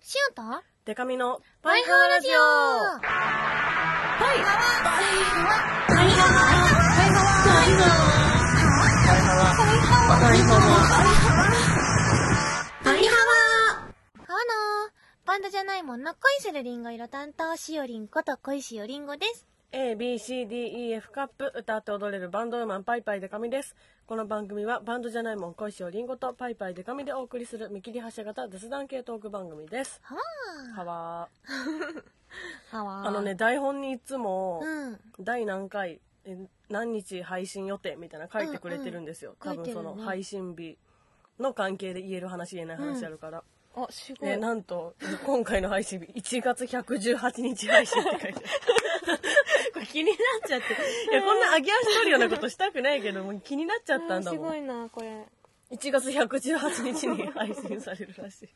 シュートデカミのパイハワラジオあのー、バンドじゃないもんな恋するリンゴ色担当しおりんこと恋しおりんごです A, B, C, D, E, F カップ歌って踊れるバンドウーマンパイパイデカミです。この番組はバンドじゃないもん恋しおりんごとパイパイデカミでお送りする見切り発車型雑談系トーク番組です。ははわーあはわあのね、台本にいつも、うん第何回、え何日配信予定みたいなの書いてくれてるんですよ。うんうん多分書そいてるのね配信日の関係で言える話言えない話あるから。あすごいね、なんと、今回の配信日、1月118日配信って書いてある。これ気になっちゃって。いや、こんな揚げ足取るようなことしたくないけど、もう気になっちゃったんだすもごん。いなこれ1月118日に配信されるらし い。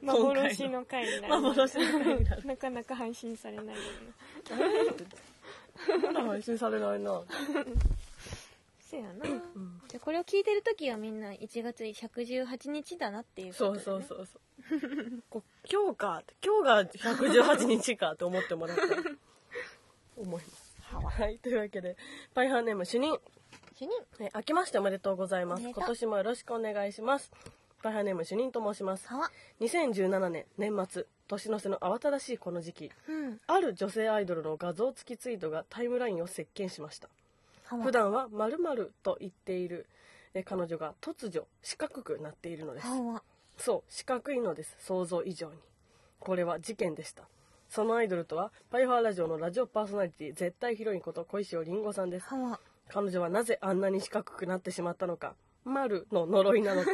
今回の幻の回になる幻の回に なるなかなか配信されないよねまだ配信されないな。せやなじゃあこれを聞いてる時はみんな1月118日だなっていうことそだうねそうそうそう。こう今日かって、今日が118日かと思ってもらったら、思います。はい、というわけで、パイハーネーム主任。主任え明けましておめでとうございおますめでとう今年もよろしくお願いしますパイハーネーム主任と申しますはわ2017年年末年の瀬の慌ただしいこの時期うんある女性アイドルの画像付きツイートがタイムラインを席巻しましたはわ普段は〇〇と言っているえ彼女が突如四角くなっているのですはわそう四角いのです想像以上にこれは事件でしたそのアイドルとはパイハーラジオのラジオパーソナリティ絶対ヒロインこと小石尾りんごさんですはわ彼女はなぜあんなに四角くなってしまったのか丸の呪い なのか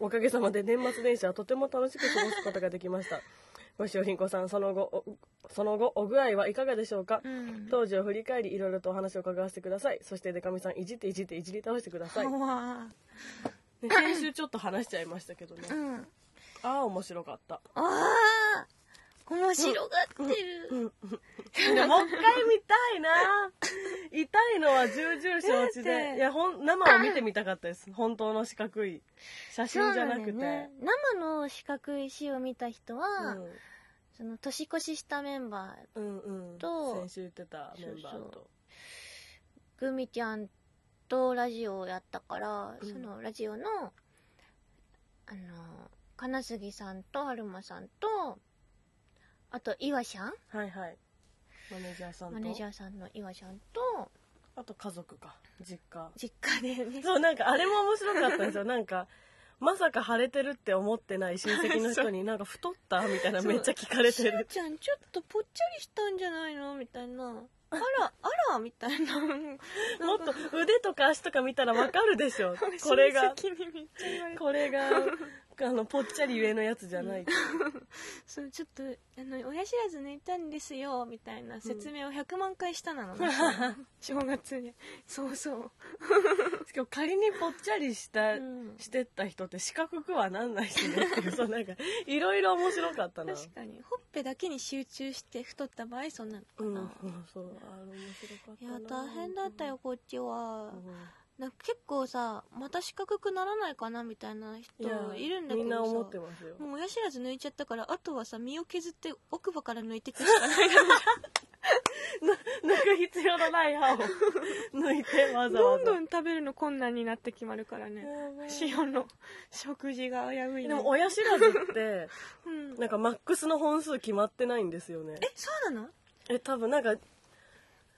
おかげさまで年末年始はとても楽しく過ごすことができましたご視聴ひんこさんその後おその後お具合はいかがでしょうか、うん当時を振り返りいろいろとお話を伺わせてくださいそしてでかみさんいじっていじっていじり倒してください、はね、わ先週ちょっと話しちゃいましたけどねうんああ面白かったああ面白がってるでもう一回見た いな痛いのは重々承知だっでていやほん生を見てみたかったです本当の四角い写真じゃなくてそうだよね生の四角い石を見た人は、うんその年越ししたメンバうんうん、と先週言ってたメンバーとーグミちゃんとラジオをやったから、うんそのラジオのあの金杉さんと春馬さんとあと岩ちゃんはいはいマネージャーさんとマネージャーさんの岩ちゃんとあと家族か実家実家で ねそうなんかあれも面白かったんで すよなんかまさか晴れてるって思ってない親戚の人になんか太ったみたいなめっちゃ聞かれてしゅうるちゃんちょっとぽっちゃりしたんじゃないのみたいなあらあらみたいな もっと腕とか足とか見たらわかるで しょこれが親戚にめっちゃ言われたこれがあのぽっちゃり上のやつじゃ ない、そうちょっとあの親知らず抜いたんですよみたいな説明を100万回したなの、 正月でそうそう、しかも仮にぽっちゃりした、うん、してった人って四角くはなんないしねっていうそうなんかいろいろ面白かったな確かにほっぺだけに集中して太った場合そんなのかうな、ん、そう、あれ面白かったいやな。大変だったよこっちはうん。なんか結構さまた四角くならないかなみたいな人いや、いるんだけどさみんな思ってます よ。もう親知らず抜いちゃったからあとはさ身を削って奥歯から抜いていくし かない抜く必要のない歯を抜いてわざどわんざ。どん食べるの困難になって決まるからねやばい塩の食事が危ういでねも親知らず ってうん、なんかマックスの本数決まってないんですよねえそうなのえ多分なんか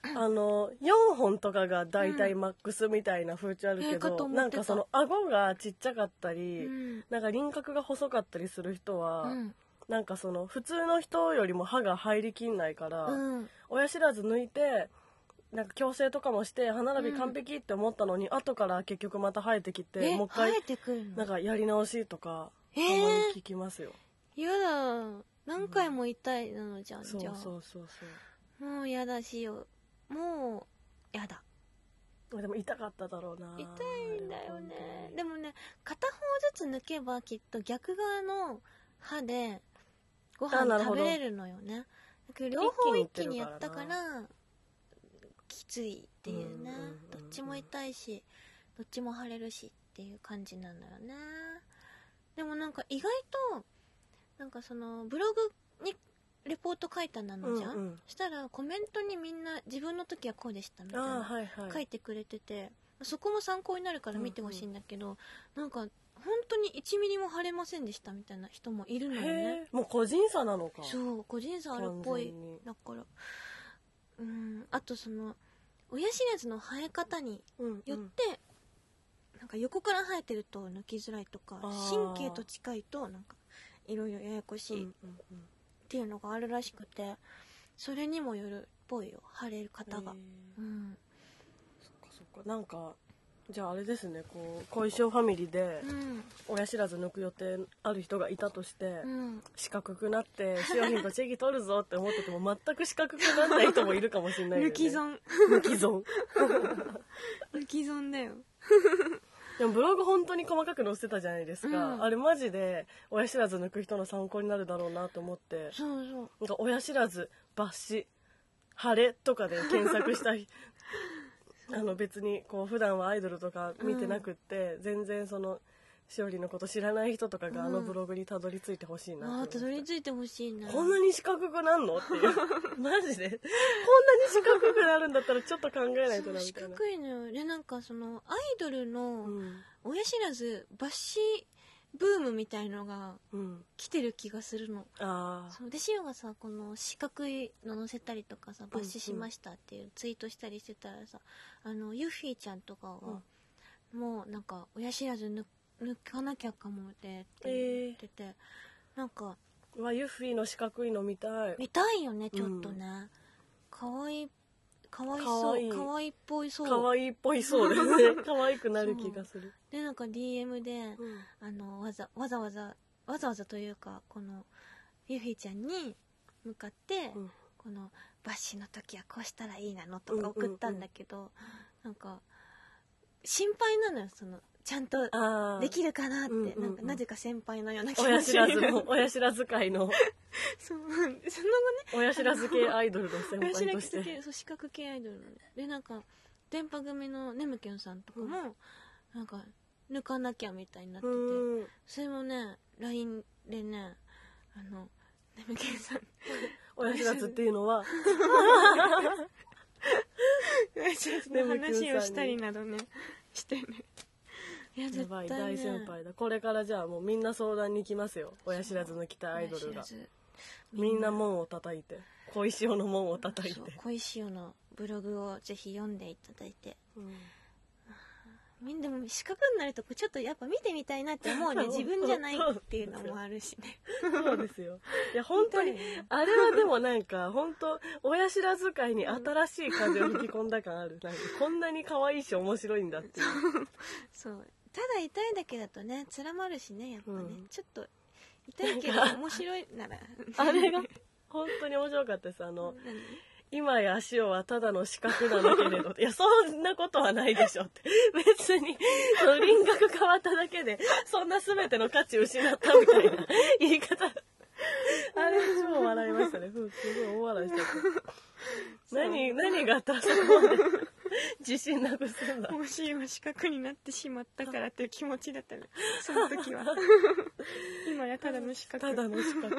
あの4本とかが大体マックスみたいな風潮あるけえーかとど、思ってたなんかその顎がちっちゃかったり、うんなんか輪郭が細かったりする人は、うんなんかその普通の人よりも歯が入りきんないから、うん親知らず抜いてなんか矯正とかもして歯並び完璧って思ったのに、後から結局また生えてきてえもう一回生えてくるのなんかやり直しとかえたーまに聞きますよ、やだ何回も痛いなのじゃん、そうじそゃあうそうそうもうやだしよもうやだまあでも痛かっただろうな痛いんだよねでももね片方ずつ抜けばきっと逆側の歯でごあな飯るほ食どべれるのよねだけど両方一一気気ににややっったてかるかららきついっていうねうんうんうんうんどっちも痛いしどっちも腫れるしっていう感じなのよねでもなんか意外となんかそのブログにレポート書いたなのじゃん、うんうんしたらコメントにみんな自分の時はこうでしたみたいああなはいはい書いてくれてて、そこも参考になるから見てほしいんだけど、なんか本当に1ミリも晴れませんでしたみたいな人もいるのよねへえもう個人差なのかそう個人差あるっぽい完全にだからうんあとその親知らずの生え方にうんうよっんて、なんか横から生えてると抜きづらいとかあー神経と近いとなんかいろいろややこしいっうんうんうんていうのがあるらしくてそれにもよるっぽいよ腫れる方がへ、えうんそっかなんかじゃああれですねこう小石ファミリーでうん親知らず抜く予定ある人がいたとして、うん四角くなって塩品とチェギ取るぞって思ってても全く四角くならない人もいるかもしれないよね抜き損抜き損抜き損だよでもブログ本当に細かく載せてたじゃないですか、うんあれマジで親知らず抜く人の参考になるだろうなと思ってそうそうなんか親知らず抜歯腫れとかで検索し たりあの別にこう普段はアイドルとか見てなくって、全然そのしおりのこと知らない人とかがあのブログにたどり着いてほしいなああってた思どいましたり着いてほしいなこんなに四角くなん のっていうマジでこんなに四角くなるんだったらちょっと考えないとそうなみ四たいな角いのよでなんかそのアイドルうのん親知らず抜歯ブームみたいのがうん来てる気がするのああそうでシオがさこの四角いの載せたりとかさ抜歯しましたっていうツイートしたりしてたらさ、あのユッフィーちゃんとかは、もうなんか親知らず抜抜かなきゃかもでって言ってて、なんかうわユッフィーの四角いの見たい見たいよねちょっとね、可愛かわいかわいかそわういいかわいっぽいそう可愛いっぽいそうで すね可愛くなる気がするでなんか DM で、うんあのわざわざわざわざわざというかこのユフィちゃんに向かって、うんこのバッシーの時はこうしたらいいなのとか送ったんだけど、なんか心配なのよそのちゃんとああできるかなって、うんうんうんなんかなぜか先輩のような気が親す知るら ずの親知らず界のそうその後ね親知らず系アイドルの先親知 輩らとずして系そう視覚系アイドルのねでなんか電波組のねむきょんさんとかも、うんなんか抜かなきゃみたいになってうて、んそれもね LINE でねあの眠気 さん親知らずっていうのはの話をしたりなどねしてねいやや絶ば対、ね、い大先輩だこれからじゃあもうみんな相談に来ますよ親知らず抜きたいアイドルが親知らずみんな門を叩いて小石尾の門を叩いてそう恋しおのブログをぜひ読んでいただいてうんみんでも四角になるとこちょっとやっぱ見てみたいなって思うね そう自分じゃないっていうのもあるしねそうですよいや本当にあれはでもなんか本当親知らず界に新しい風を吹き込んだ感あるなんかこんなに可愛いし面白いんだっていうそうただ痛いだけだとねつらまるしねやっぱね、うんちょっと痛いけど面白い ならあれが本当に面白かったですあの今や足をはただの四角なのけれどいやそんなことはないでしょって別にその輪郭変わっただけでそんな全ての価値失ったみたいな言い方あれ超笑いましたねふうすごい大笑いしちゃった何何があったらそこまで自信なくすんだもし今四角になってしまったからっていう気持ちだ ったのその時は今やただの四角ただの四角あー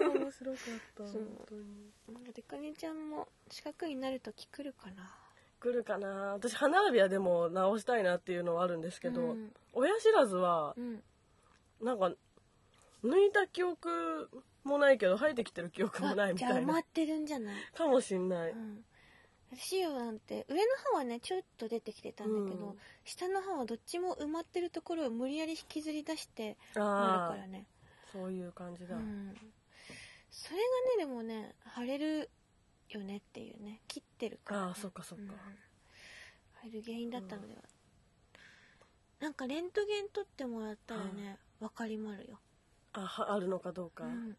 面白かったそう本当にでかねちゃんも四角になる時来るかな来るかな私歯並びはでも直したいなっていうのはあるんですけど、うん親知らずはうんなんか抜いた記憶もないけど生えてきてる記憶もなあいみたじゃあい埋なまってるんじゃない、かもしんない、うん、シオなんて上の歯はねちょっと出てきてたんだけど、うん下の歯はどっちも埋まってるところを無理やり引きずり出してなあるかあらね、そういう感じうだ、ん、それがねでもね腫れるよねっていうね切ってるから、ね、ああそっかそっか、うん、腫れる原因だったのでは、なんかレントゲン取ってもらったらねわかりまるよ、あはあるのかどううか、ん、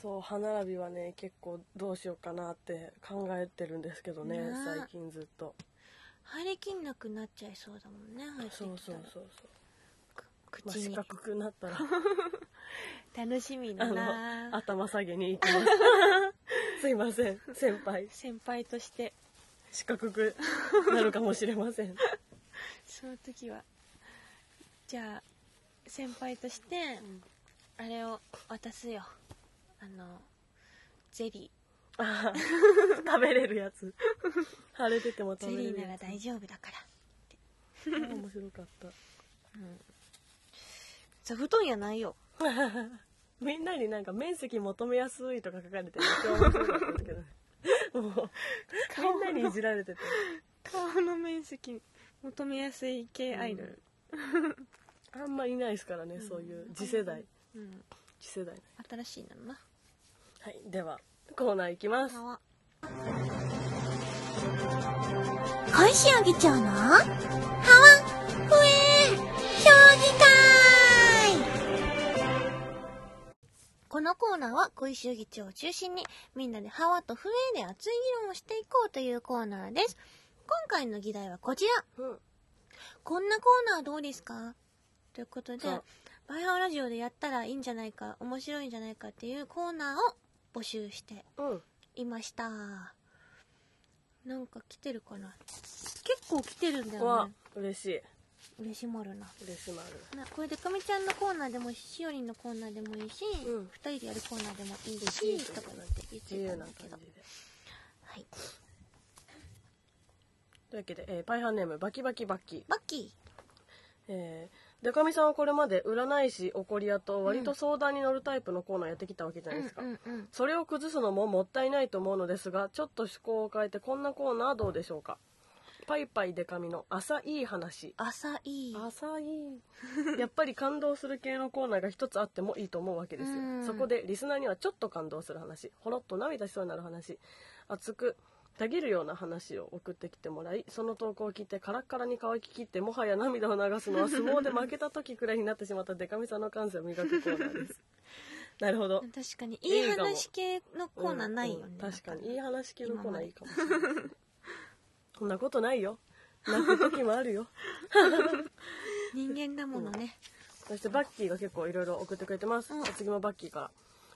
そう歯並びはね結構どうしようかなって考えてるんですけどねねえ最近ずっと入りきんなくなっちゃいそうだもんね入ってきたそらうそうそうそうくまあ口四に角くな ったら楽しみあだのな頭下げに行き ますすいません先輩先輩として四角くなるかもしれませんその時はじゃあ先輩として、あれを渡すよあのゼリあー 食べれるやつ腫れててもーゼ食べリれーるならやつ大丈夫だからあー面白かった座布団やないよみんなになんか面積求めやすいとか書かれてめっちゃ面白かったんだけ どもうみんなにいじられてて顔の面積求めやすい系アイドル、あんまいないですからね、そういう次世代うん次世代新しいなのなはいではコーナーいきます小石あげちゃうのはわ、ふえー、将棋会このコーナーは小石議長を中心にみんなでハワとフエで熱い議論をしていこうというコーナーです今回の議題はこちらうんこんなコーナーどうですかということでそうバイハワラジオでやったらいいんじゃないか面白いんじゃないかっていうコーナーを募集してうんいましたなんか来てるかな結構来てるんだうよわね嬉しい嬉しまるな嬉しまるなこれでかみちゃんのコーナーでもいいししおりんのコーナーでもいいし、二うん人でやるコーナーでもいいしとか言って言っ自てた由んなだ感けどじではいというわけで、えーパイハーネームバキバキバッキーバッキえー、でかみさんはこれまで占い師怒り屋と割と相談に乗るタイプのコーナーやってきたわけじゃーないですか、うんうんうんそれを崩すのももったいないと思うのですがちょっと趣向を変えてこんなコーナーどうでしょうかパイパイデカミの朝いい話朝いい朝いいやっぱり感動する系のコーナーが一つあってもいいと思うわけですようんそこでリスナーにはちょっと感動する話ほろっと涙しそうになる話熱くたぎるような話を送ってきてもらいその投稿を聞いてカラッカラに乾ききってもはや涙を流すのは相撲で負けた時くらいになってしまったデカミさんの感性を磨くコーナーです なるほど確かにいい映画も話系のコーナーないよね、うんうん確かにいいなん話聞くコーナーいいかもしれないですねこんなことないよ泣く時もあるよ人間だものね、そしてバッキーが結構いろいろ送ってくれてます、うん次もバッキーから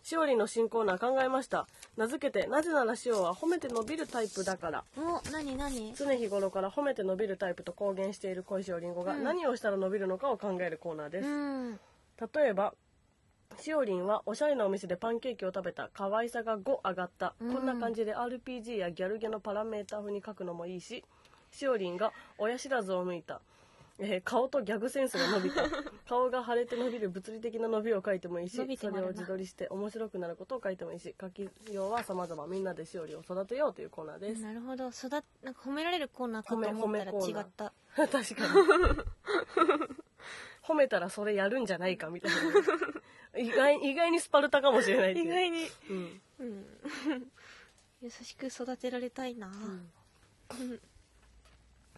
しおりんの新コーナー考えました名付けてなぜならしおは褒めて伸びるタイプだからお何何常日頃から褒めて伸びるタイプと公言している小石おりんごがうん何をしたら伸びるのかを考えるコーナーです、うん例えばしおりんはおしゃれなお店でパンケーキを食べた可愛さが5上がった、うんこんな感じで RPG やギャルゲのパラメータ風に書くのもいいししおりんが親知らずを抜いた、えー顔とギャグセンスが伸び た顔が腫れて伸びる物理的な伸びを書いてもいいし伸びてそもあれるをな自撮りして面白くなることを書いてもいいし書きようは様々みんなでしおりんを育てようというコーナーです、なるほど育っなんか褒められるコーナーかと思ったら褒め褒めコ違ーナーった 確 かに褒めたらそれやるんじゃないかみたいな意外意外にスパルタかもしれないっていう意外に、うんうん、 優しく育てられたいな、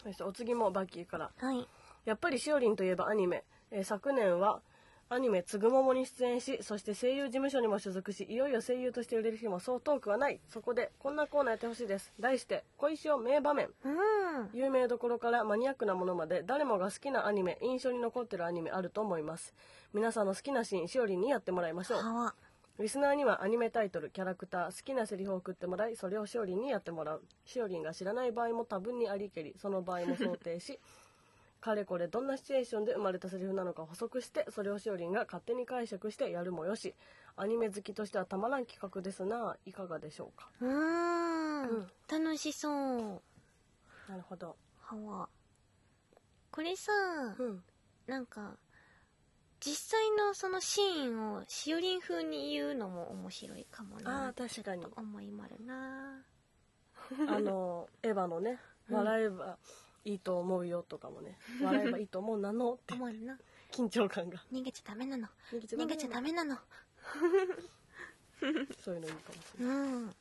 そしてお次もバッキーからはいやっぱりしおりんといえばアニメ、えー昨年はアニメ「つぐもも」に出演しそして声優事務所にも所属しいよいよ声優として売れる日もそう遠くはないそこでこんなコーナーやってほしいです題して「小石を名場面」うん有名どころからマニアックなものまで誰もが好きなアニメ印象に残ってるアニメあると思います皆さんの好きなシーンしおりんにやってもらいましょうはわリスナーにはアニメタイトルキャラクター好きなセリフを送ってもらいそれをしおりんにやってもらうしおりんが知らない場合も多分にありけりその場合も想定し かれこれどんなシチュエーションで生まれたセリフなのか補足してそれをしおりんが勝手に解釈してやるもよしアニメ好きとしてはたまらん企画ですないかがでしょうかうーん、うん楽しそうなるほどはわこれさ、うんなんか実際のそのシーンをしおりん風に言うのも面白いかもなあー確かにちょっと思いまるなあのエヴァのねうん笑えばいいと思うよとかもね笑えばいいと思うなのって思うな緊張感が逃げちゃダメなの逃げち逃げちゃダメなのそういうのいいかもしうれんない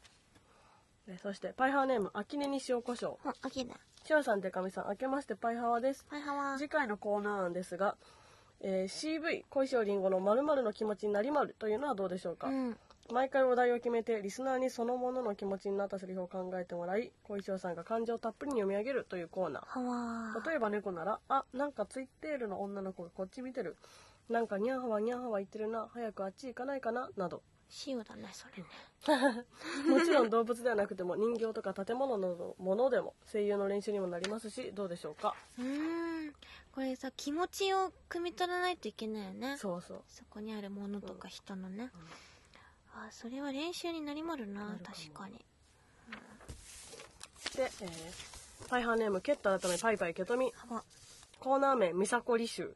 でそしてパイハーネームあきねに塩コショウあオッケーだしおさん、てかみさん、明けましてパイハワです。はいはわ次回のコーナー案ですが、えー CV、恋しおりんごの〇〇の気持ちになりまるというのはどうでしょうか、うん毎回お題を決めて、リスナーにそのものの気持ちになったセリフを考えてもらい、恋しおさんが感情をたっぷりに読み上げるというコーナー。はわ例えば猫なら、あ、なんかツイッテールの女の子がこっち見てる。なんかニャーハワニャーハワ言ってるな早くあっち行かないかななど塩だねそれね もちろん動物ではなくても人形とか建物などのものでも声優の練習にもなりますしどうでしょうかうーんこれさ気持ちを汲み取らないといけないよねそうそうそこにあるものとか人のね、うんあそれは練習になりまるななるかも確かにで、えーパイハーネームケット改めパイパイケトミ幅コーナー名ミサコリ 集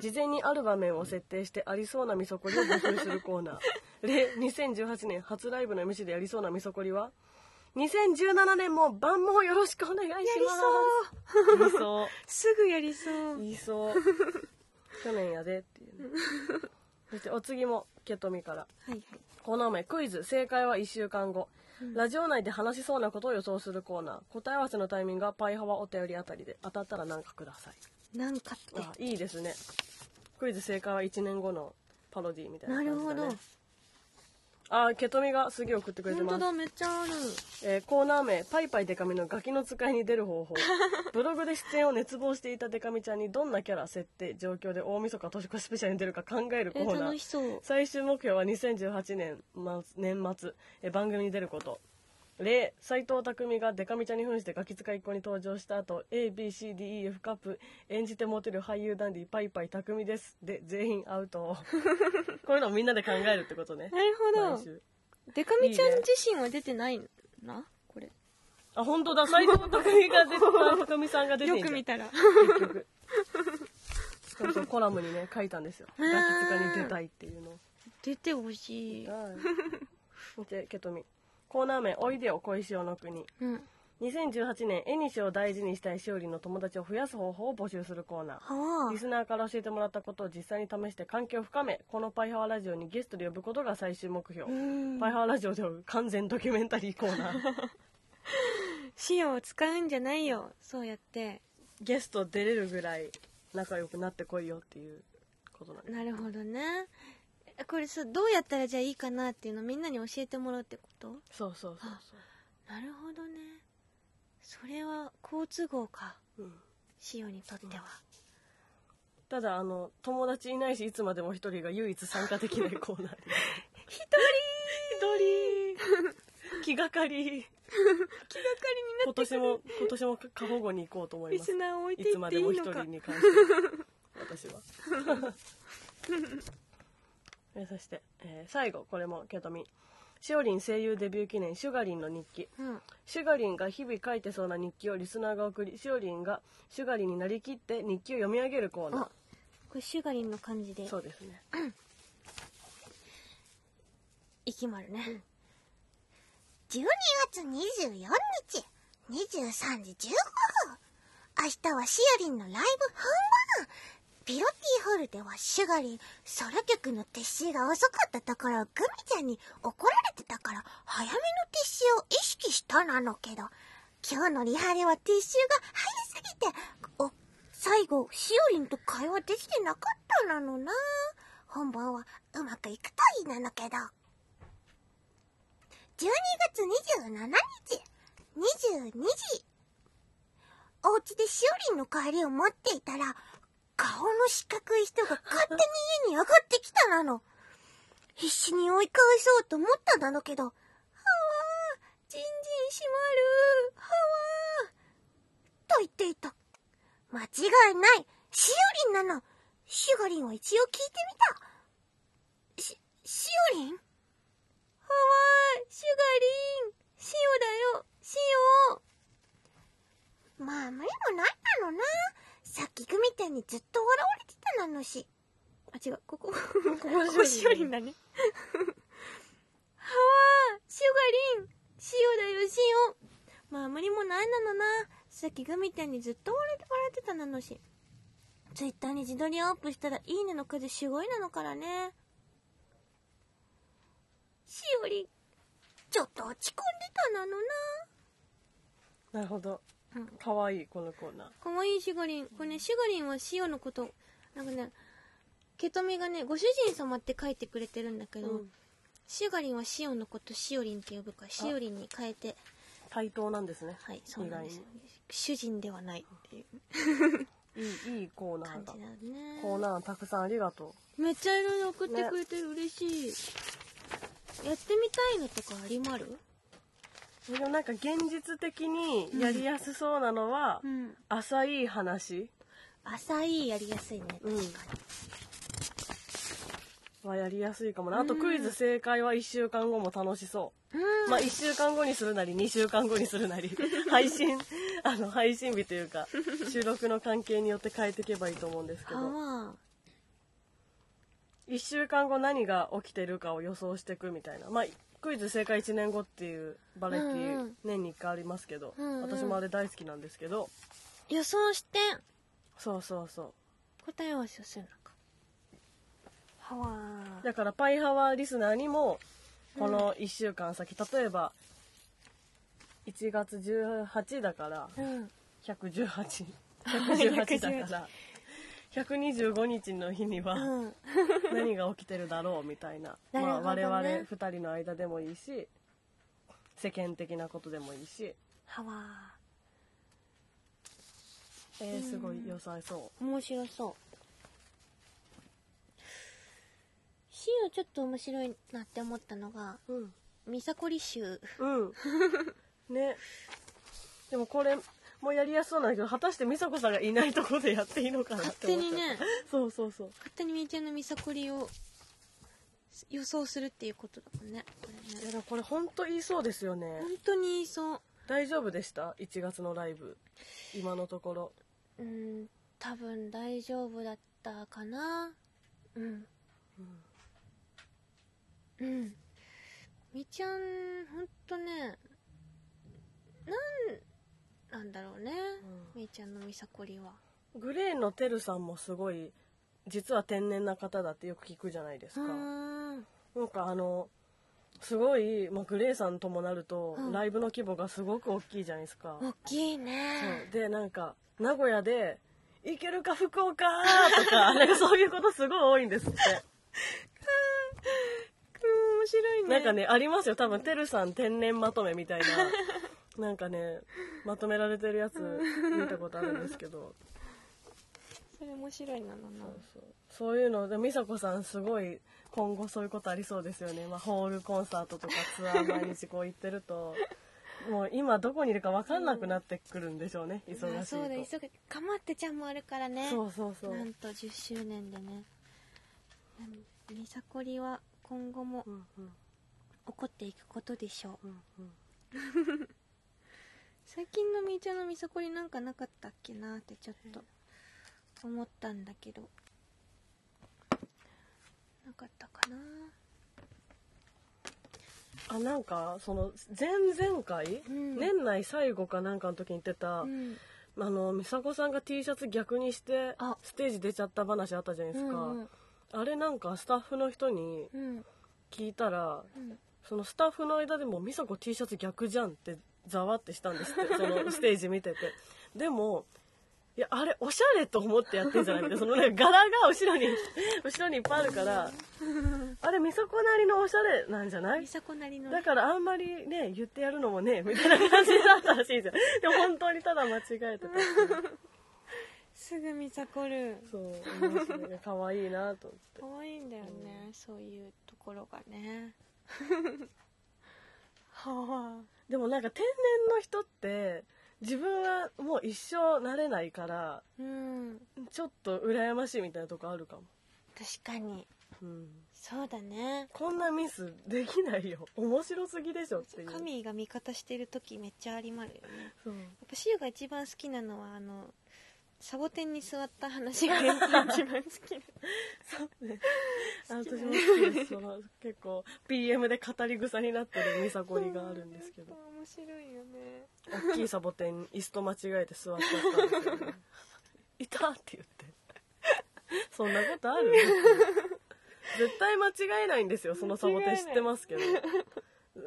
事前にある場面を設定してありそうなミソコリを募集するコーナーで2018年初ライブの MC でやりそうなミソコリは2017年も万能よろしくお願いしますやりそうすぐやりそう言いそう 去年やでっていうねそしてお次もケトミからはいこの前クイズ正解は1週間後、ラジオ内で話しそうなことを予想するコーナー答え合わせのタイミングはパイハワお便りあたりで当たったら何かくださいなんかってあいいですねクイズ正解は1年後のパロディみたいな感じだ、ね、なるほどあケトミがすげえ送ってくれて本ま当すだ、めっちゃあるえーコーナー名「パイパイデカミのガキの使いに出る方 法」ブログで出演を熱望していたデカミちゃんにどんなキャラ設定状況で大晦日年越しスペシャルに出るか考えるコえーナー楽しそう最終目標は2018年末年末えー番組に出ること例斎藤匠がデカミちゃんに扮してガキ使いっ子に登場した後 ABCDEF カップ演じてモテる俳優ダンディパイパイ匠ですで全員アウトこういうのをみんなで考えるってことねなるほ来ど週デカミちゃん自身は出てないなこれあ本当だ斎藤匠が出てた匠さんが出てんよじゃくん見たら結局ちょっとコラムにね書いたんですよガキ使いに出たいっていうのを出てほしいはい。で、ケトミ。コーナー名、おいでよ、小石尾の国。うん2018年、絵にしを大事にしたいしおりの友達を増やす方法を募集するコーナー。はリスナーから教えてもらったことを実際に試して関係を深め、このパイハワラジオにゲストで呼ぶことが最終目標。パイハワラジオでは完全ドキュメンタリーコーナー。 塩を使うんじゃないよそうやってゲスト出れるぐらい仲良くなってこいよっていうことなんです。なるほどねえこれさどうやったらじゃあいいかなっていうのみんなに教えてもらうってことそうそうそうなるほどねそれは好都合かそう。うん塩にとってはただあの友達いないしいつまでも一人が唯一参加できないコーナー一人気がかり今年も今年も過保護に行こうと思いリまスすナーを置いていいつっまてでいいも一の人かに関して私は えそして、えー最後これもケトミしおりん声優デビュー記念シュガリンの日記うんシュガリンが日々書いてそうな日記をリスナーが送りしおりんがシュガリンになりきって日記を読み上げるコーナーあこれシュガリンの感じでそうですねいきまるね12月24日、23時15分。明日はシアリンのライブ本番。ピロッティホールではシュガリン、ソロ曲の撤収が遅かったところをグミちゃんに怒られてたから、早めの撤収を意識したなのけど、今日のリハでは撤収が早すぎて、お、最後、シオリンと会話できてなかったなのな。本番はうまくいくといいなのけど。12月27日、22時。お家でしおりんの帰りを待っていたら、顔の四角い人が勝手に家に上がってきたなの。必死に追い返そうと思ったなのけど、はわー、じんじん閉まる、はわー、と言っていた。間違いない、しおりんなの。しおりんを一応聞いてみた。し、しおりんハワイ、シュガリン、シオだよ、シオ。まあ、無理もないなのな。さっきグミちゃんにずっと笑われてたなのし。あ、違う、こ こ。面白いんだねハワー、シュガリン、シオだよ、シオ。まあ、無理もないなのな。さっきグミちゃんにずっと笑って笑ってたなのし。ツイッターに自撮りアップしたら、いいねの数すごいなのからね。しおりん、ちょっと落ち込んでたなのな。なるほどうん。かわいい、このコーナー。かわいいシュガリンこれねシュガリンは塩のことなんかねケトミがねご主人様って書いてくれてるんだけど、うんシュガリンは塩のことしおりんって呼ぶからしおりんに変えて対等なんですね。はいそうなんです意外に主人ではないっていういいいいコーナ感ーじだだねコーナーたくさんありがとめっちゃいろいろ送ってくれて嬉しい、やってみたいのとかありまるうでもなんか現実的にやりやすそうなのは、うん浅い話浅いやりやすいね確かに、はやりやすいかもなあとクイズ正解は1週間後も楽しそう、まあ1週間後にするなり2週間後にするなり配信あの配信日というか収録の関係によって変えていけばいいと思うんですけどあ1週間後何が起きてるかを予想していくみたいなまあクイズ正解1年後っていうバラエティうんうーん年に1回ありますけど、うんうん私もあれ大好きなんですけどあ予想してそうそうそう答え合わせをするのかはわだからパイハワリスナーにもこの1週間先、例えば1月18だからうん 118118 118だから125日の日にはうん何が起きてるだろうみたいな なるまほあ、ど我ね々2人の間でもいいし世間的なことでもいいし、はわえーすごい良さそ面白そうシーをちょっと面白いなって思ったのがう。うんミサコリ州 うん。ね。でもこれもやりやすそうなんだけど、果たして美佐子さんがいないところでやっていいのかなって勝思手っちゃにった。ねそうそうそう。勝手にみーちゃんのミサコリを予想するっていうことだもんねこれいやねでもこれ本当言いそうですよね。本当に言いそう大丈夫でした ?1 月のライブ。今のところ。うん多分大丈夫だったかなうんうんみちゃんほんとねなんなんだろうね、みーちゃんのみさこりはグレーのてるさんもすごい、実は天然な方だってよく聞くじゃないですうか。ーんなんかあの、すごい、まあ、グレーさんともなると、うんライブの規模がすごく大きいじゃないですか。大きいそうねでなんか名古屋で「行けるか福岡!」とか なんかそういうことすごい多いんです って面白いねなんかねありますよ多分てるさん天然まとめみたいななんかねまとめられてるやつ見たことあるんですけどそれ面白いなのなそういうので美佐子さんすごい今後そういうことありそうですよね、まあ、ホールコンサートとかツアー毎日こう行って ると。もう今どこにいるか分かんなくなってくるんでしょうね、ま忙あしいとそうだ急げかまってちゃんもあるからねそうそうそうなんと10周年でねなんみさこりは今後もうんうん起こっていくことでしょううんうん最近のみーちゃんのみそこりなんかなかったっけなってちょっと思ったんだけどなかったかなあなんかその前々回、うん年内最後かなんかの時に言ってた、うんあの美佐子さんが T シャツ逆にしてあステージ出ちゃった話あったじゃないですか、うんあれなんかスタッフの人にうん聞いたら、うんそのスタッフの間でも美佐子 T シャツ逆じゃんってざわってしたんですってそのステージ見ててでもいやあれおしゃれと思ってやってんじゃないみたいなそのね柄が後ろに後ろにいっぱいあるからあれ美佐子なりのおしゃれなんじゃないみさこなりのだからあんまりね言ってやるのもねみたいな感じだったらしいじゃんでも本当にただ間違えてたすぐ見さこるそう思いましたね可愛いなと思って可愛いんだよねそういうところがねはでもなんか天然の人って自分はもう一生なれないからうんちょっと羨ましいみたいなとこあるかも、確かにうん、そうだねこんなミスできないよ面白すぎでしょっていう神が味方してる時めっちゃありまるよねそうやっぱシュウが一番好きなのはあのサボテンに座った話がやっぱ一番好き あ私も好きですその結構 PM で語り草になってるミサコリがあるんですけ ど面白いよね大きいサボテン椅子と間違えて座っちゃったんですよ、ね、いたって言ってそんなこと ある絶対間違えないんですよそのサボテン知ってますけど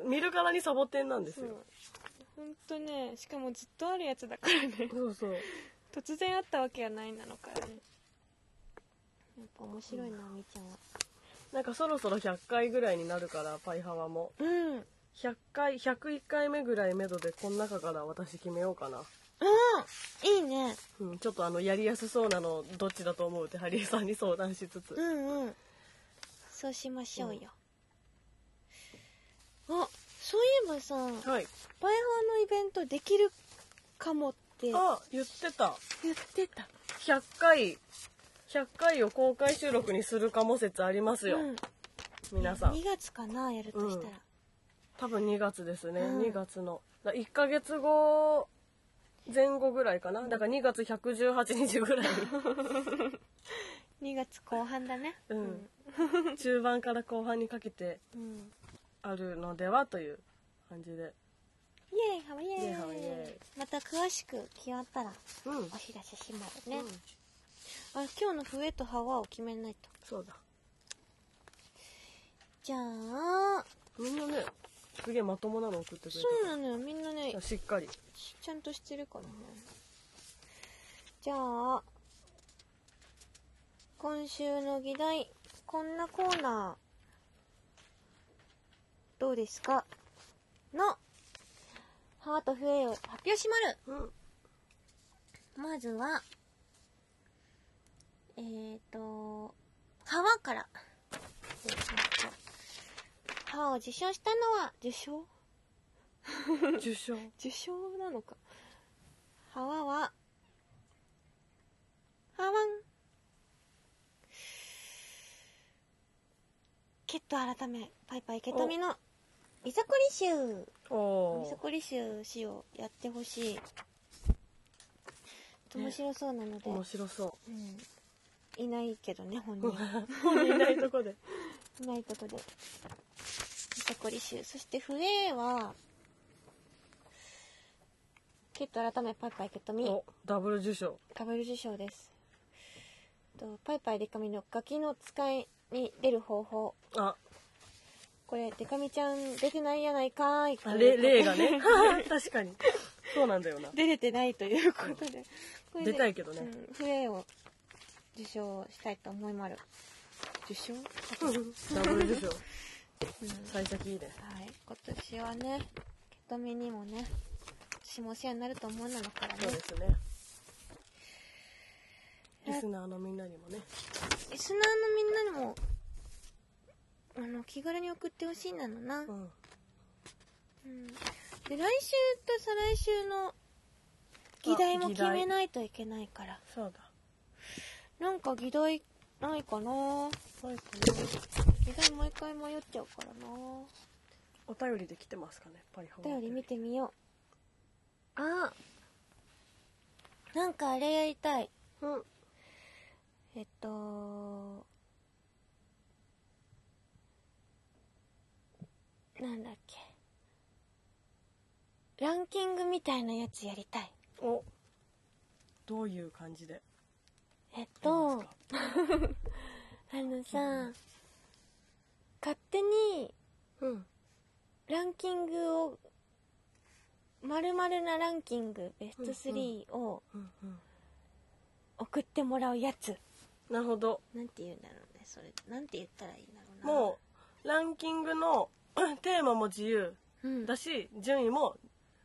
見るからにサボテンなんですそうよほんとねしかもずっとあるやつだからねそうそう突然あったわけはないなのからねやっぱ面白いな、みーちゃんは。なんかそろそろ100回ぐらいになるからパイハワもうん。 100回101回目ぐらいめどでこの中から私決めようかないいねうん、ちょっとあのやりやすそうなのどっちだと思うってハリーさんに相談しつつ、うんうんそうしましょうよ、あそういえばさバイハはーのいイベントできるかもってあ言ってた言ってた100回100回を公開収録にするかも説ありますよ、うん、皆さん2月かなやるとしたら、多分2月ですね、うん2月のだ1ヶ月後前後ぐらいかなだから2月118日ぐらい、 2月後半だねうん、中盤から後半にかけてうんあるのではという感じでイエーイハワイエーイイエーイハワイエまた詳しく決まったらうん、お知らせしますね、うんあ今日の笛とハワを決めないとそうだじゃあみんなねすげえまともなの送ってくれてそうなのよみんなねしっかりちゃんとしてるからねじゃあ今週の議題こんなコーナーどうですかのハート笛を発表しまるうんまずは、えーと、川から。えーと歯を受賞したのは、受賞受賞受賞なのか。歯は、歯ワン。ケット改め、パイパイケタミの、ミサコリシュおミサーコリシュ氏をやってほしい。面白そうなので。面白そうん、いないけどね本 人う本人いないとこでいないことで肩こり臭そして笛はケット改めパイパイケットミ おダブル受賞ダブル受賞ですとパイパイデカミのガキの使いに出る方法あこれデカミちゃん出てないやないかーいあれ例がね 確かにそうなんだよな出れて ないということでこれで 出たいけどねうん、笛を受賞したいと思いまる受賞ダブル受賞幸先いいねはい、今年はね、ケトミにもね、私もお世話になると思うなのからねそう。ですねリスナーのみんなにもねリスナーのみんなにも、あの、気軽に送ってほしいなのな。うん。うんで、来週と再来週の議題もあ議決題めないといけないから。そうだなんか議題ないかなそうですね議題毎回迷っちゃうからなお便りで来てますかねパリハお便り見てみよう。あなんかあれやりたい。うんえっと、なんだっけ。ランキングみたいなやつやりたい。おどういう感じでえっどうと、あのさ、勝手にうんランキングを、丸々なランキング、ベスト3をうんうん送ってもらうやつ。なるほどなんて言うんだろうね、それ。なんて言ったらいいんだろうな。もうランキングの テーマも自由う、うん、だし順位も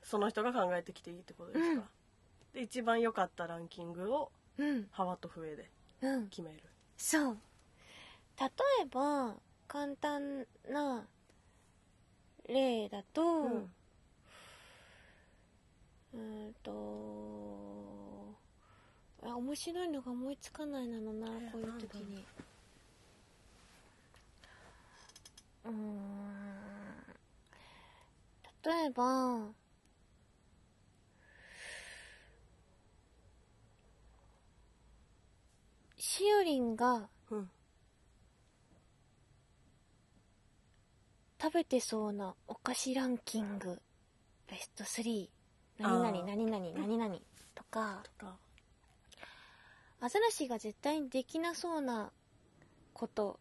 その人が考えてきていいってことですから、で一番良かったランキングをうん、幅と笛でうん。決めるそう例えば簡単な例だと、ううーん、とあ面白いのが思いつかないなのなえこういう時にうーん例えばしおりんがうん食べてそうなお菓子ランキングベスト3何あ々ー何々何々とかとかアザラシが絶対にできなそうなこと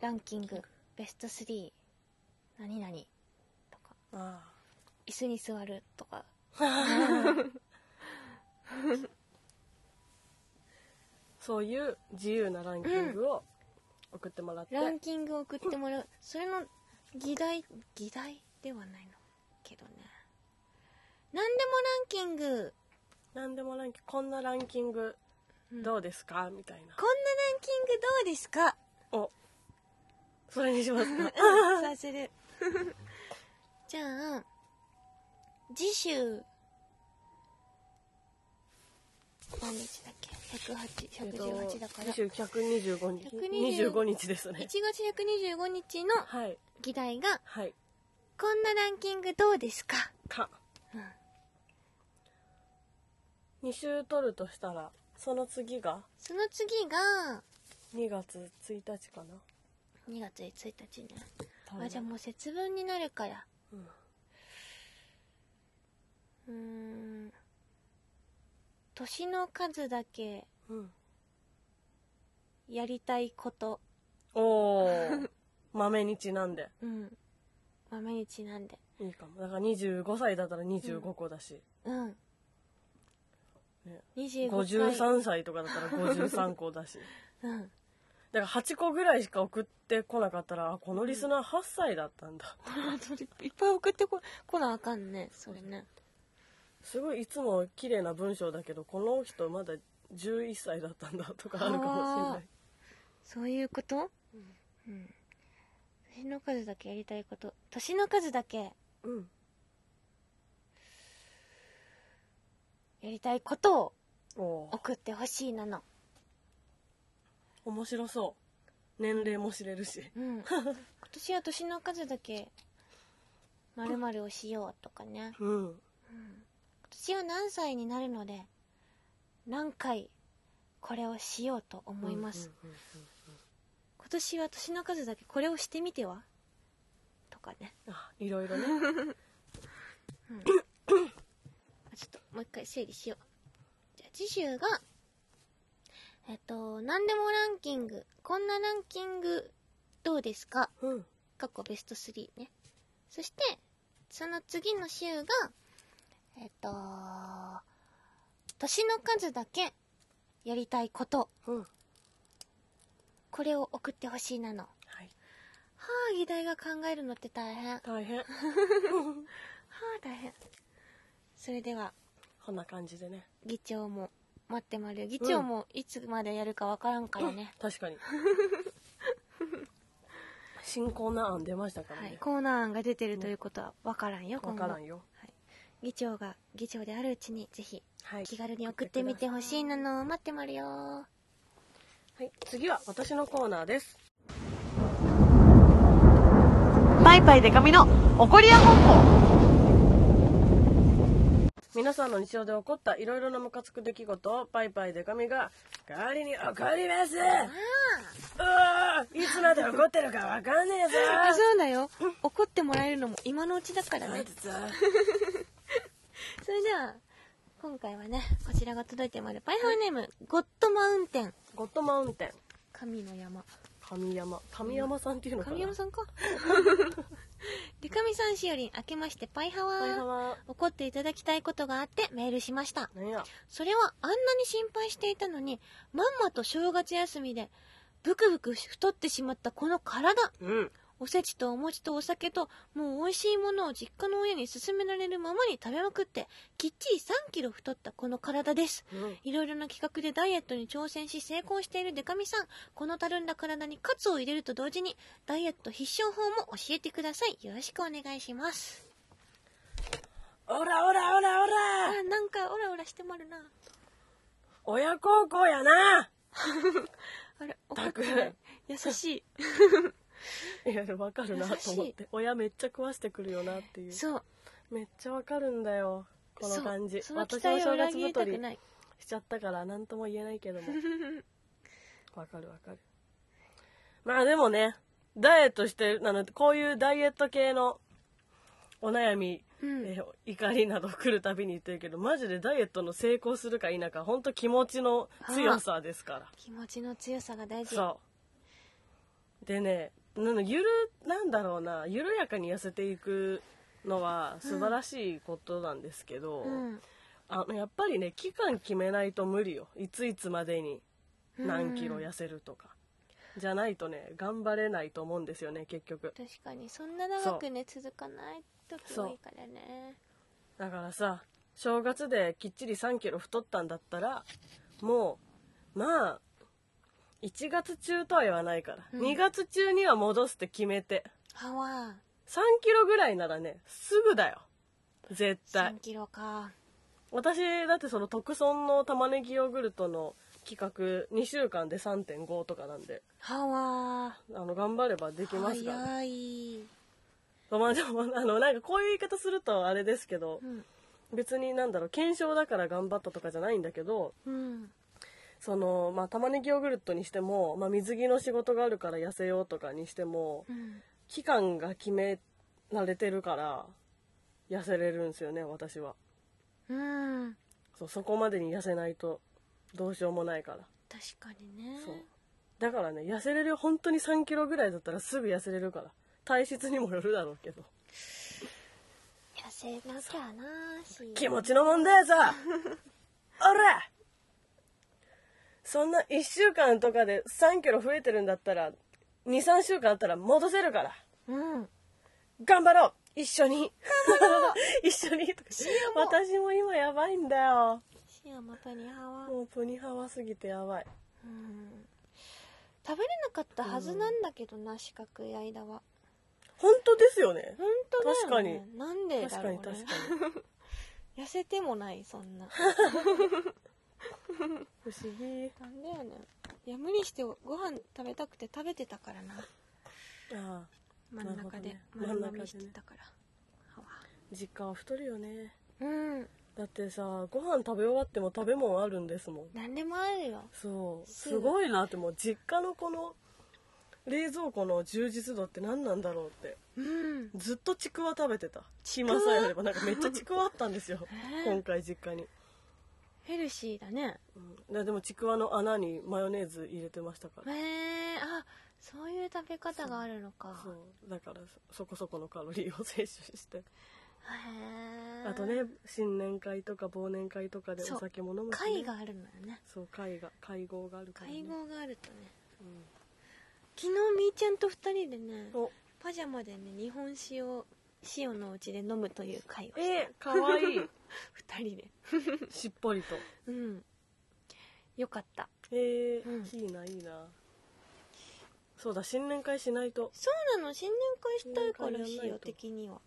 ランキングベスト3何々とかああ椅子に座るとかそういう自由なランキングを送ってもらって、ランキングを送ってもらうそれの議題議題ではないのけどね何でもランキングなんでもランキングこんなランキングどうですか、みたいなこんなランキングどうですかおそれにしますかさせるじゃあ次週何日だっけ108118だから、1 125日125 25日ですね月125日のはい議題がはい「こんなランキングどうですか?か、うん2週取るとしたらその次が」その次が2月1日かな2月1日ね多分あじゃあもう節分になるからうんうーん年の数だけうんやりたいことおー 豆にちなんでうん豆にちなんでいいかもだから25歳だったら25個だし、うんね25回53歳とかだったら53個だしうんだから8個ぐらいしか送ってこなかったらあこのリスナー8歳だったんだ、いっぱい送ってここなあかんねそれねすごいいつも綺麗な文章だけどこの人まだ11歳だったんだとかあるかもしれないそういうことうん年の数だけやりたいこと年の数だけうんやりたいことをおー送ってほしいなの面白そう年齢も知れるしうん 今年は年の数だけ〇〇をしようとかねうん今年は何歳になるので何回これをしようと思います、うんうん今年は年の数だけこれをしてみてはとかねうんあいろいろねあちょっともう一回整理しようじゃあ次週がえっと何でもランキングこんなランキングどうですかうん過去ベスト3ねそしてその次の週がえっと年の数だけやりたいことうんこれを送ってほしいなのははいあ議題が考えるのって大変はあ大変大変それではこんな感じでね議長も待ってまるよ議長もいつまでやるかわからんからね、確かに新コーナー案出ましたからはいね、、コーナー案が出てるということはわからんよわ今後からんよ議長が議長であるうちにぜひはい気軽に送ってみてほしいなの待ってまるよはい、次は私のコーナーですパイパイデカミの怒りや本舗皆さんの日常で起こったいろいろなムカつく出来事をパイパイデカミが代わりに怒りますうわいつまで怒ってるかわかんねえぞあそうだよ怒ってもらえるのも今のうちだからねそれでは今回はねこちらが届いてまるパイハーネームゴッドマウンテンゴッドマウンテン神の山神山神山さんっていうのかな神山さんか でかみさんしおりん明けましてパイハワーパイハワ怒っていただきたいことがあってメールしましたなんやそれはあんなに心配していたのにまんまと正月休みでブクブク太ってしまったこの体うんおせちとお餅とお酒ともう美味しいものを実家の親に勧められるままに食べまくってきっちり3キロ太ったこの体ですうんいろいろな企画でダイエットに挑戦し成功しているデカミさんこのたるんだ体にカツを入れると同時にダイエット必勝法も教えてくださいよろしくお願いしますオラオラオラオあラなんかオラオラしてまるな親孝行やなあれ怒たっくてない優しいやわかるなと思って親めっちゃ食わしてくるよなっていいうそうめっちゃわかるんだよこの感じそうその期私待もを正裏月切り太たくりないしちゃったから何とも言えな いけどもわかるわかるまあでもねダイエットしてるなのでこういうダイエット系のお悩み、うんえー怒りなど来るたびに言ってるけどマジでダイエットの成功するか否か本当気持ちの強さですから気持ちの強さが大事そうでねなのゆるなんだろうな緩やかに痩せていくのは素晴らしいことなんですけど、うんあのやっぱりね期間決めないと無理よいついつまでに何キロ痩せるとか、じゃないとね頑張れないと思うんですよね結局確かにそんな長くね続かない時多いからねだからさ正月できっちり3キロ太ったんだったらもうまあ1月中とは言わないから、うん2月中には戻すって決めてはわ3キロぐらいならねすぐだよ絶対3キロか私だってその特損の玉ねぎヨーグルトの企画2週間で3.5とかなんではわあの頑張ればできますから、早い、まあでもあのなんかこういう言い方するとあれですけどうん別になんだろう検証だから頑張ったとかじゃないんだけどうん、そのまあ玉ねぎヨーグルトにしても、まあ、水着の仕事があるから痩せようとかにしてもうん、期間が決められてるから痩せれるんですよね私はうん、そうそこまでに痩せないとどうしようもないから確かにねそうだからね痩せれる本当に3キロぐらいだったらすぐ痩せれるから体質にもよるだろうけど痩せなきゃなーし。気持ちの問題さおらそんな1週間とかで3キロ増えてるんだったら23週間あったら戻せるからうん頑張ろう一緒に 一緒にとか私も今やばいんだよシアマプニハワもうプニハワすぎてやばいうん食べれなかったはずなんだけどな、四角い間は本当ですよね本当だよ、ね、確かになんで確だかろうにね確かに痩せてもないそんな不思議なんだよねいや無理してご飯食べたくて食べてたからなああ真ん中でなるほどね丸飲真ん中でねみしてたから、ハ実家は太るよねワうんだってさご飯食べ終わっても食べ物あるんですもん何でもあるよそうすすぐごいなってもう実家のこの冷蔵庫の充実度って何なんだろうってうんずっとちくわ食べてた暇さえあればなんかめっちゃちくわあったん ですよ今回実家に、ヘルシーだねうんででもちくわの穴にマヨネーズ入れてましたかへらえあそういう食べ方があるのかそうだからそそこそこのカロリーを摂取してへえあとね新年会とか忘年会とかでそうお酒も飲むしね会があるのよねそう会が会合があるから、ね、会合があるとねうん昨日みーちゃんと2人でねおパジャマでね日本酒を塩のうちで飲むという会をしえかわいいた2人で しっぽりとうんよかったえーうんいいないいなそうだ新年会しないとそうなの新年会したいか新ら年会やんしないよと的には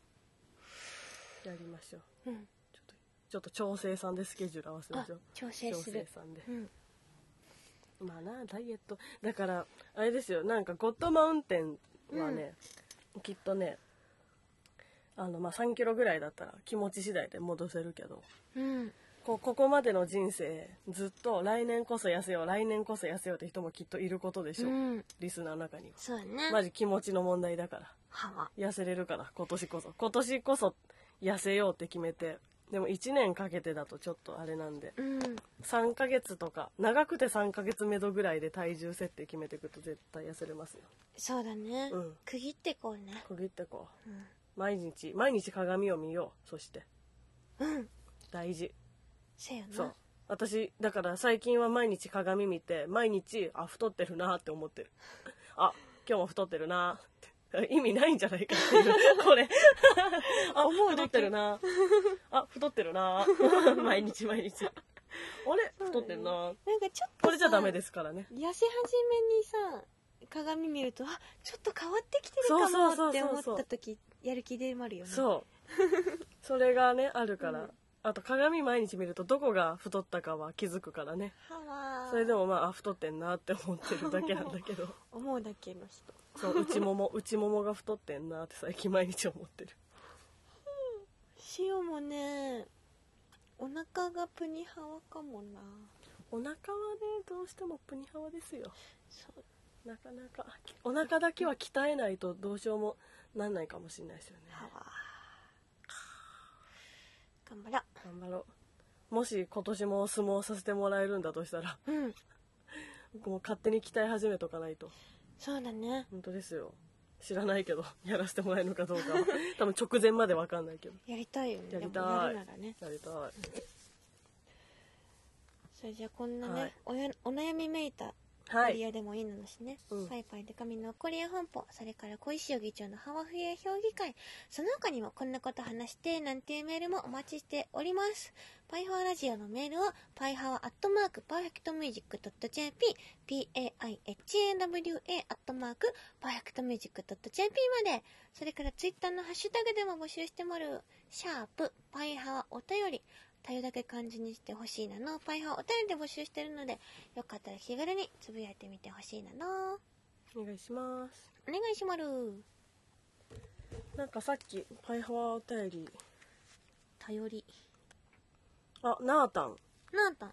やりましょううんちょっとちょっと調整さんでスケジュール合わせまあしょう調整調す整るさんでうんまあなダイエットだからあれですよなんかゴッドマウンテンはね、きっとねあのまあ3キロぐらいだったら気持ち次第で戻せるけどうんこここまでの人生ずっと来年こそ痩せよう来年こそ痩せようって人もきっといることでしょう、うんリスナーの中にはそうだねマジ気持ちの問題だから歯は痩せれるから今年こそ今年こそ痩せようって決めてでも1年かけてだとちょっとあれなんでうん3ヶ月とか長くて3ヶ月目処ぐらいで体重設定決めていくと絶対痩せれますよそうだね、うん区切ってこうね区切ってこうんう毎日毎日鏡を見ようそして うん大事せやなそう私だから最近は毎日鏡見て毎日あ太ってるなって思ってるあ今日も太ってるなって意味ないんじゃないかっていう これあ太ってるなあ太ってるな 毎日毎日あれそうだね太ってるななんかちょっとこれじゃダメですすからね痩せ始めにさ鏡見るとあちょっと変わってきてるそうそうかそもうってそう思った時やる気出まるよねうそうそれがねあるから、うんあと鏡毎日見るとどこが太ったかは気づくからねはわそれでもまああ太ってんなって思ってるだけなんだけど思うだけの人そう内も も内ももが太ってんなって最近毎日思ってる塩もねお腹がプニハワかもなお腹はねどうしてもプニハワですよそうなかなかきお腹だけは鍛えないとどうしようもなんないかもしれないですよねハワ頑張ろ頑張ろうもし今年も相撲させてもらえるんだとしたらううんもう勝手に鍛え始めとかないとそうだね本当ですよ知らないけど やらせてもらえるのかどう かは多分直前まで分かんないけどやりたいよねやりたいでもやるならねやりたいそれじゃあこんなね、はいおやお悩みめいたはご利い。用でもいいのだしね、うんパイパイで紙のコリア本舗それから小石代議長のハワフエ評議会その他にもこんなこと話してなんていうメールもお待ちしておりますパイハワラジオのメールをパイハワアットマークパーフェクトミュージック .jp paihawa アットマークパーフェクトミュージック .jp までそれからツイッターのハッシュタグでも募集してもらうシャープパイハワお便りたゆだけ漢字にしてほしいなのパイハワお便りで募集してるのでよかったら気軽につぶやいてみてほしいなのお願いします。お願いしまるなんかさっき、パイハワお便り。頼りあ、ナータン。なんたん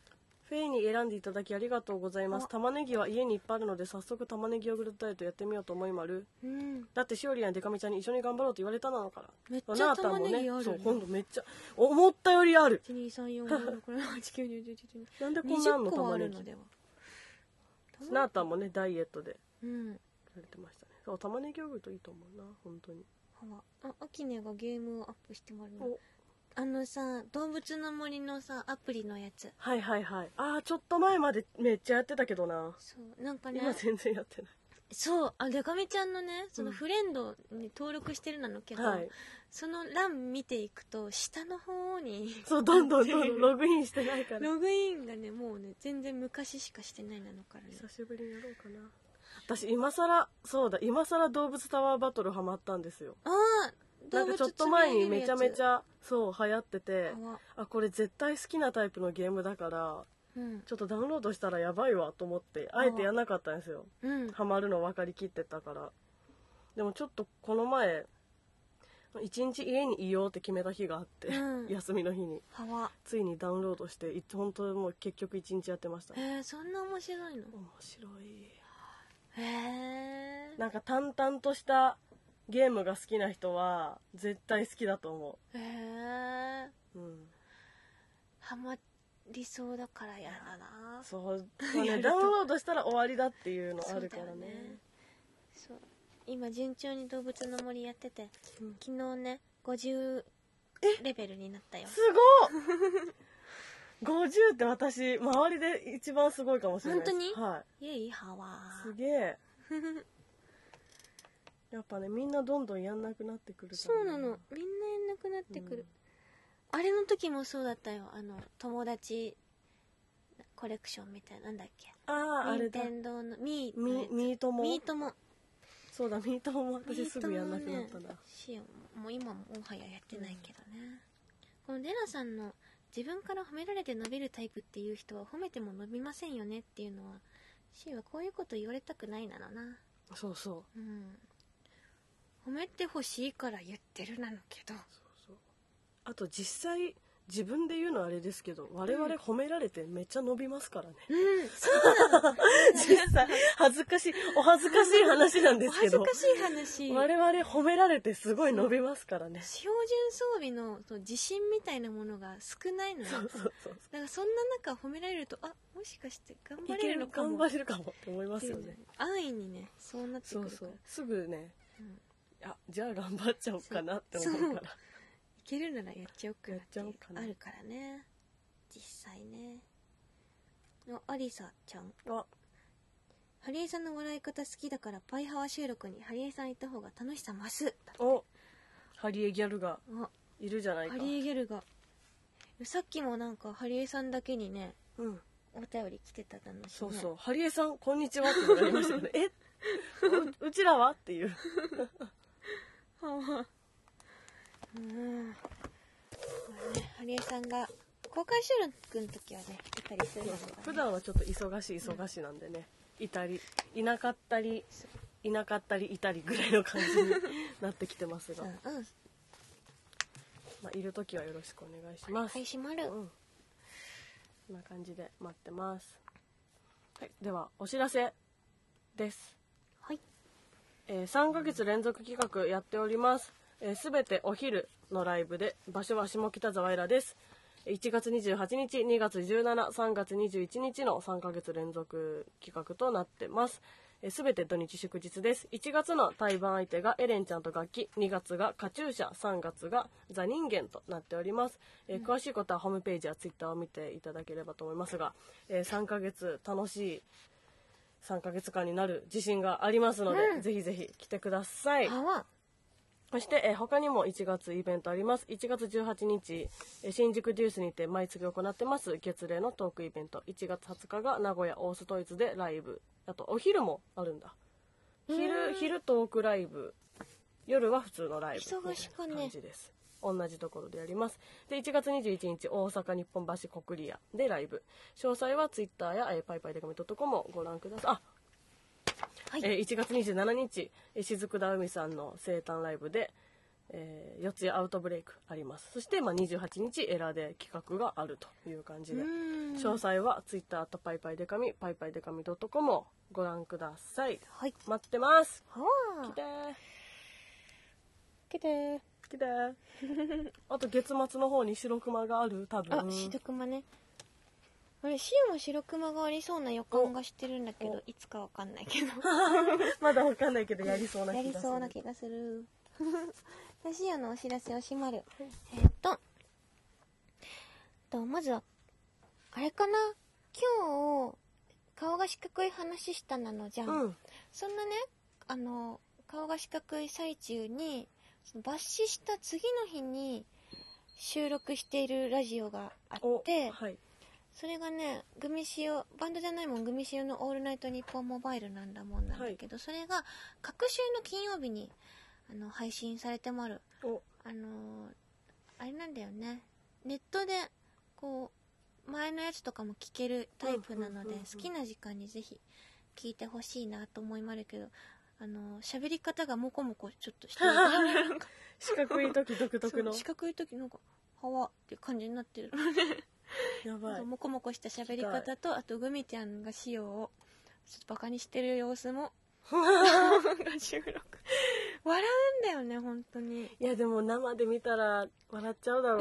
フェイに選んでいただきありがとうございます。あ玉ねぎは家にいっぱいあるので、早速玉ねぎヨーグルトダイエットやってみようと思いまる。うんだってしおりやでかみちゃんに一緒に頑張ろうと言われたなのから。めっちゃ玉ねぎあるねそう、今度めっちゃ、思ったよりある。 1234567891011なんでこんなあん20個のは玉あねるぎの。ではナータンもね、ダイエットでうんやれてましたね。そう、玉ねぎヨーグルトいいと思うな、本当に。ほらあアキネがゲームをアップしてもらうおあのさ動物の森のさアプリのやつはいはいはい。ああ、ちょっと前までめっちゃやってたけどな。そうなんかね今全然やってない。そうあでかみちゃんのねそのうんフレンドに登録してるなのけど、はい。その欄見ていくと下の方にそう、どんど んどんどんログインしてないから。ログインがねもうね全然昔しかしてないなのからね久しぶりにやろうかな。私、今さら、そうだ、今さら動物タワーバトルハマったんですよ。ああなんかちょっと前にめちゃめちゃゃ、そう、流行ってて、あ、これ絶対好きなタイプのゲームだから、うんちょっとダウンロードしたらやばいわと思って、あえてやんなかったんですよ。うんハマるの分かりきってたからでもちょっとこの前一日家にいようって決めた日があって、うん休みの日にハワついにダウンロードしてい本当もう結局一日やってましたえー、そんな面白いの面白いへえなんか淡々としたゲームが好きな人は絶対好きだと思へえううんハマりそうだからやだなそう、 まあね、ダウンロードしたら終わりだっていうのあるからそうねだよねそう今順調に動物の森やっててうん昨日ね50レベルになったよすごっ50って私周りで一番すごいかもしれないです本当にはいイエイハワすげえやっぱねみんなどんどんやんなくなってくるかそらうねなのみんなやんなくなってくる、あれの時もそうだったよあの友達コレクションみたいななんだっけあああれ任だ天堂のミーミミートもミートもそうだミートもミ私すートぐやもんなねくなったな、しようもう今ももはややってないけどね、このデラさんの自分から褒められて伸びるタイプっていう人は褒めても伸びませんよねっていうのはシーはこういうこと言われたくないなのなそうそううん褒めてほしいから言ってるなのけどあと実際自分で言うのはあれですけど我々褒められてめっちゃ伸びますからね、うん実際 恥ずかしいお恥ずかしい話なんでおす恥けずどかしい話我々褒められてすごい伸びますからね標準装備のその自信みたいなものが少ないのよそうそうそうだからそんな中褒められるとあもしかして頑張 いけれるるのかも頑張れるかもって思いまってすいようね安易にねそうなってくそるうかそらうすぐね、うんあじゃあ頑張っちゃおうかなって思うからいけるならやっちゃおうかなやっちゃおうかなあるからね実際ねあアリサちゃんあハリエさんの笑い方好きだからパイハワ収録にハリエさん行った方が楽しさ増すだっておハリエギャルがあいるじゃないかハリエゲルがさっきもなんかハリエさんだけにねうんお便り来てた楽しい、ね、そうそう、ハリエさんこんにちはってなりました よねえううちらはっていううん、まあね、ハリエさんが公開収録の時はねいたりするのが普段はちょっと忙しい忙しいなんでね、いたりいなかったりいなかったりいたりぐらいの感じになってきてます が、うんうんまあ、いる時はよろしくお願いします、はい閉まる、うんこんな感じで待ってます。はい、ではお知らせです。はい。えー、3ヶ月連続企画やっております。えーす、べ、てお昼のライブで、場所は下北沢エラです。えー1月28日、2月17、3月21日の3ヶ月連続企画となってます。えーすべて土日祝日です。1月の対バン相手がエレンちゃんと楽器、2月がカチューシャ、3月がザ人間となっております。えー詳しいことはホームページやツイッターを見ていただければと思いますが、えー3ヶ月楽しい3ヶ月間になる自信がありますので、うんぜひぜひ来てください。あわそして、えー他にも1月イベントあります。1月18日、えー新宿デュースにて毎月行ってます月例のトークイベント。1月20日が名古屋オーストイツでライブ。あと、お昼もあるんだ。昼、昼トークライブ。夜は普通のライブ。忙しくねみたいな感じです。同じところでやります。で、1月21日、大阪日本橋国リアでライブ。詳細は Twitter や、えー、パイパイでかみ .com をご覧ください。あ、はい、えー1月27日えー雫田海さんの生誕ライブで、えー四谷アウトブレイクありますそして、まあ、28日エラーで企画があるという感じでうん詳細は Twitter とパイパイデカミパイパイデカミ .com をご覧くださいはい待ってますはあ来てー来て来てー あと月末の方に白熊がある多あ分白熊ねあれシーも白熊がありそうな予感がしてるんだけどいつかわかんないけどまだわかんないけどやりそうなや気りがすそうなる気がす る。ラジオのお知らせを閉まる。えーっと、とまずは、あれかな今日、顔が四角い話したなのじゃん。うんそんなね、あの、顔が四角い最中に、その抜歯した次の日に収録しているラジオがあっおて、はいそれがね、グミシオ、バンドじゃないもん、グミシオのオールナイトニッポンモバイルなんだもんなんだけど、それが、各週の金曜日に、あの、配信されてまる。おあのーあれなんだよね。ネットで、こう、前のやつとかも聞けるタイプなのうんうんでうんうん、好きな時間にぜひ、聞いてほしいなと思いまるけど、あのー喋り方がもこもこちょっとして る。四角い時独特のそう四角い時なんか、はわって感じになってる。やばいもこもこした喋り方とあとグミちゃんがシオをちょっとバカにしてる様子も が収録笑うんだよね本当にいやでも生で見たら笑っちゃうだろ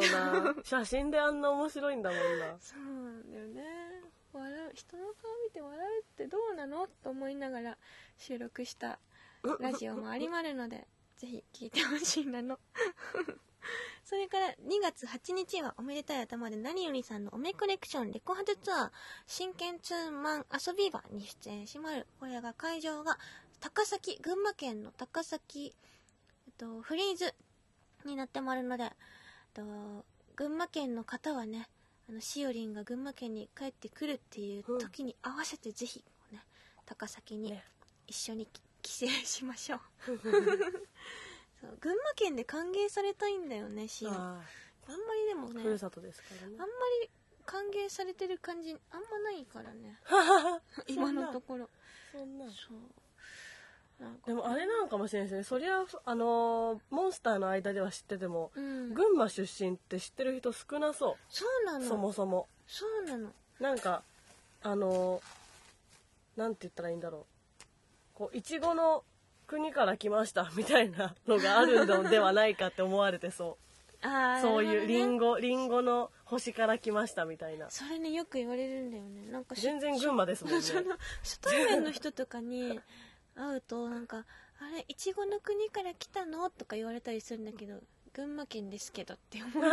う な写真であんな面白いんだもんなそうなんだよね笑う人の顔見て笑うってどうなのと思いながら収録したラジオもありまるのでぜひ聞いてほしいな のそれから2月8日はおめでたい頭で何よりさんのおめコレクションレコハズツアー真剣ツーマン遊び場に出演しまるこれが会場が高崎群馬県の高崎、えっと、フリーズになってまるのでえっと群馬県の方はねあのしおりんが群馬県に帰ってくるっていう時に合わせてぜひ、ね、高崎にね一緒に帰省しま しょうそう群馬県で歓迎されたいんだよねしおりんあんまありでもーねふるさとですかあらんまねり歓迎されてる感じあんまないから ね今のところそんなそうなんかでもあれなのかもしれないですねそりゃあのーモンスターの間では知ってても、うん群馬出身って知ってる人少なそそうなう、のそもそもそうなのなんかあのーなんて言ったらいいんだろうこういちごの国から来ました みたいなのがあるのではないかって思われてそう ああそういうリンゴゴ、リンゴの星から来ましたみたいな。それねよく言われるんだよねなんかし全然群馬ですもんね。 その初対面の人とかに会うとなんか「あれいちごの国から来たの?」とか言われたりするんだけど「群馬県ですけど」って思う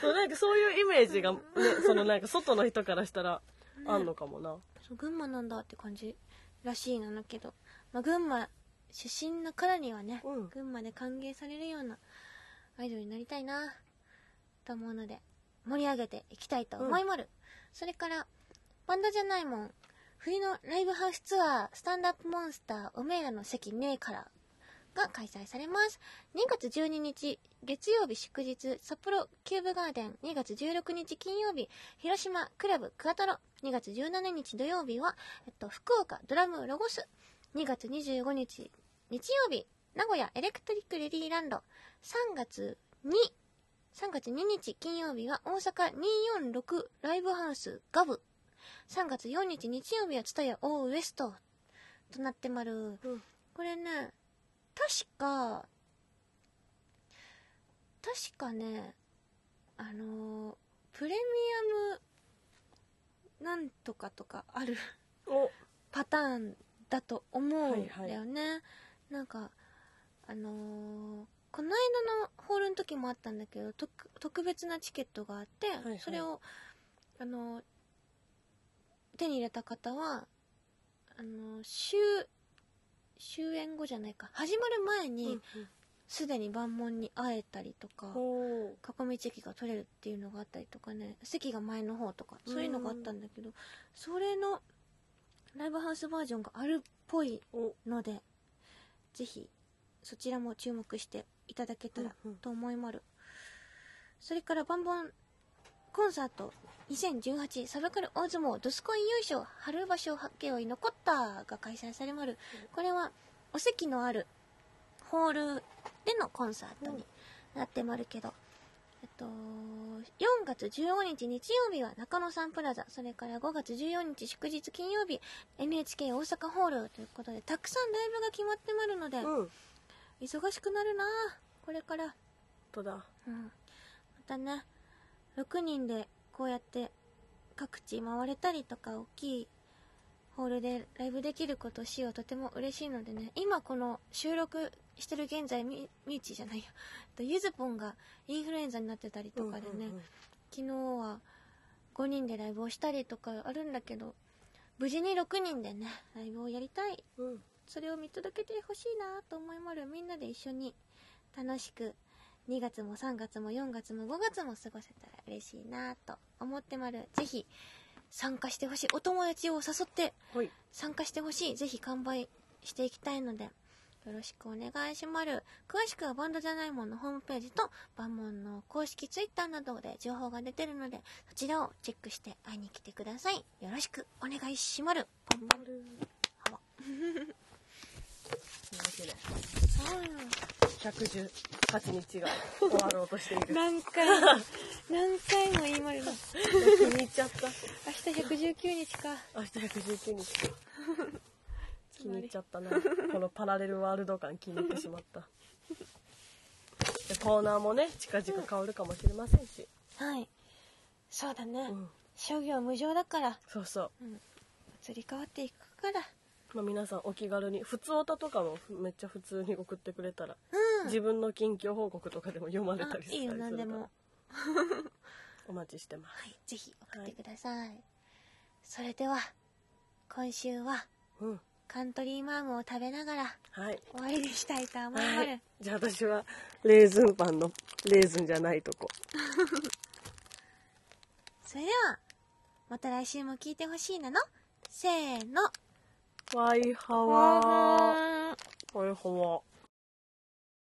そうなんかそういうイメージが、ね、そのなんか外の人からしたら、あんのかもな。そう群馬なんだって感じらしいなのけど、まあ、群馬出身のからにはね、うん群馬で歓迎されるようなアイドルになりたいなと思うので盛り上げていきたいと思いまる、それからバンドじゃないもん冬のライブハウスツアースタンドアップモンスターおめえらの席ねえからが開催されます2月12日月曜日祝日札幌キューブガーデン2月16日金曜日広島クラブクアトロ2月17日土曜日は、えっと、福岡ドラムロゴス2月25日日曜日名古屋エレクトリックレディーランド3月2 3月2日金曜日は大阪246ライブハウスガブ3月4日日曜日は蔦屋オーウエストとなってまる、うんこれね確か確かねあのープレミアムなんとかとかあるお、パターンだと思うんだはいはよね、なんかあのーこの間のホールの時もあったんだけどと特別なチケットがあって、いはいそれをあのー手に入れた方はあの終終演後じゃないか始まる前にすで、に万門に会えたりとかほ囲み席が取れるっていうのがあったりとかね席が前の方とかそういうのがあったんだけどそれのライブハウスバージョンがあるっぽいうおのでぜひそちらも注目していただけたらうんうんと思いまるそれからバンバンコンサート2018サブカル大相撲ドスコイ優勝春場所八景は居残ったが開催されまるこれはお席のあるホールでのコンサートになってまるけど、えっと、4月15日日曜日は中野サンプラザ、それから5月14日祝日金曜日、NHK 大阪ホールということで、たくさんライブが決まってまるので、うん忙しくなるなあこれから。とだうん。またね、6人でこうやって各地回れたりとか、大きいホールでライブできることをしようとても嬉しいのでね、今この収録してる現在、み、みーちじゃないよ。えっとゆずぽんがインフルエンザになってたりとかでね、昨日は5人でライブをしたりとかあるんだけど無事に6人でねライブをやりたいうんうんうんそれを見届けてほしいなと思いまるみんなで一緒に楽しく2月も3月も4月も5月も過ごせたら嬉しいなと思ってまるぜひ参加してほしいお友達を誘ってほい参加してほしいぜひ完売していきたいのでよろしくお願いしまる詳しくはバンドじゃないもんのホームページとバンモンの公式ツイッターなどで情報が出てるのでそちらをチェックして会いに来てくださいよろしくお願いしまるバンバン118日が終わろうとしてい る何回も何回も言いまるの気に入っちゃった明日119日か明日119日 気に入っちゃゃったなこのパラレルワールド感気に入ってしまったでコーナーもね近々変わるかもしれませんし、はいそうだね、うん、商業無常だからそうそう移り変わっていくからまあ、皆さんお気軽に普通オタとかもめっちゃ普通に送ってくれたら、うん自分の近況報告とかでも読まれたりしたいいりすよる何でからもお待ちしてますはいぜひ送ってください、それでは今週はうんカントリーマームを食べながらはい終わりにしたいと思います、はいじゃあ私はレーズンパンのレーズンじゃないとこそれではまた来週も聞いてほしいなのせーのわいはわーんわいはわ